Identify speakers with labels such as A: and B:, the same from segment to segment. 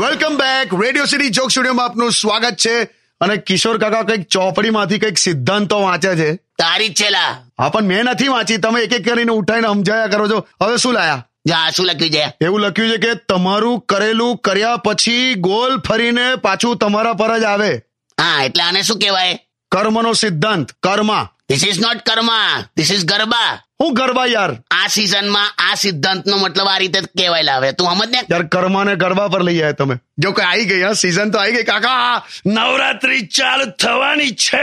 A: Welcome back Radio City joke સ્ટુડિયોમાં આપનું સ્વાગત છે અને કિશોર કાકા કંઈક ચોપડીમાંથી કંઈક સિદ્ધાંતો વાંચે છે
B: તારી જ છે લા
A: હા પણ મેં નથી વાંચી તમે એક એક કરીને ઉઠાઈને સમજાયા કરો છો હવે શું લાયા
B: જા આ શું લખ્યું છે
A: એવું લખ્યું છે કે તમારું કરેલું કર્યા પછી ગોલ ફરીને પાછું તમારા પર જ આવે
B: હા એટલે આને શું કહેવાય
A: કર્મનો સિદ્ધાંત karma
B: this is not karma this is garba
A: હું ગરબા યાર
B: આ સિઝનમાં આ સિદ્ધાંતનો મતલબ આ રીતે જ કહેવાય લાવે તું સમજ ને
A: યાર કર્માને ગરબા પર લઈ આવ્યા તમે જો કે આવી ગઈ હા સીઝન તો આવી ગઈ કાકા નવરાત્રી ચાલુ થવાની છે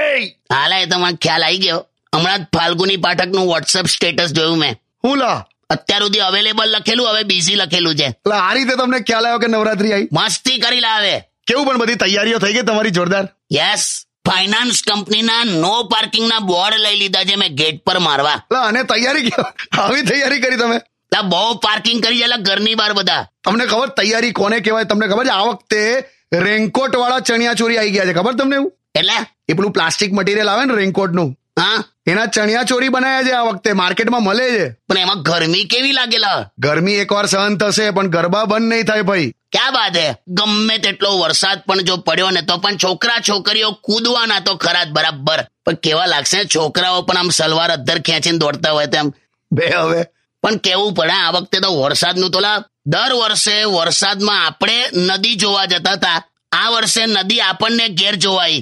B: હાલા એ તો મને ખ્યાલ આવી ગયો હમણાં જ ફાલ્ગુની પાઠકનું વોટ્સએપ સ્ટેટસ જોયું મેં
A: હું લા
B: અત્યાર સુધી અવેલેબલ લખેલું હવે બિઝી લખેલું છે
A: એટલે આ રીતે તમને ખ્યાલ આવ્યો કે નવરાત્રી આવી
B: મસ્તી કરી લાવે
A: કેવું પણ બધી તૈયારીઓ થઈ ગઈ તમારી જોરદાર
B: યસ ફાઇનાન્સ કંપનીના નો પાર્કિંગના બોર્ડ લઈ લીધા છે મેં ગેટ પર મારવા
A: એટલે આને તૈયારી કેમ? આવી તૈયારી કરી તમે
B: લા બહુ પાર્કિંગ કરી છે લા ઘરની બહાર બધા
A: તમને ખબર તૈયારી કોને કહેવાય તમને ખબર છે આ વખતે રેનકોટ વાળા ચણિયા ચોરી આવી ગયા છે ખબર તમને એવું
B: એટલે
A: એ પેલું પ્લાસ્ટિક મટીરિયલ આવે ને રેનકોટનું
B: હા
A: એના ચણિયા ચોરી બનાયા છે આ વખતે માર્કેટમાં મળે છે
B: પણ એમાં ગરમી કેવી લાગેલા
A: ગરમી એકવાર સહન થશે પણ ગરબા બંધ નહીં થાય ભાઈ
B: ક્યાં વાત હે ગમે તેટલો વરસાદ પણ જો પડ્યો ને તો પણ છોકરા છોકરીઓ કૂદવાના તો ખરા જ બરાબર પણ કેવા લાગશે ને છોકરાઓ પણ આમ સલવાર અદ્ધર ખેંચીને દોડતા હોય તેમ
A: બે હવે
B: પણ કેવું પડે આ વખતે તો વરસાદનું તો લા દર વર્ષે વરસાદમાં આપણે નદી જોવા જતા હતા આ વર્ષે નદી આપણને ઘેર જોવાઈ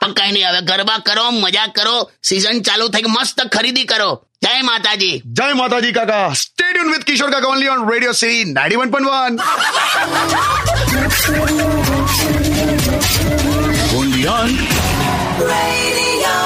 B: પણ કઈ નહીં હવે ગરબા કરો મજા કરો સીઝન ચાલુ થઈ ગઈ, મસ્ત ખરીદી કરો જય માતાજી
A: જય માતાજી કાકા stadium with Kishore Kaka only on Radio City ninety one one
C: Radio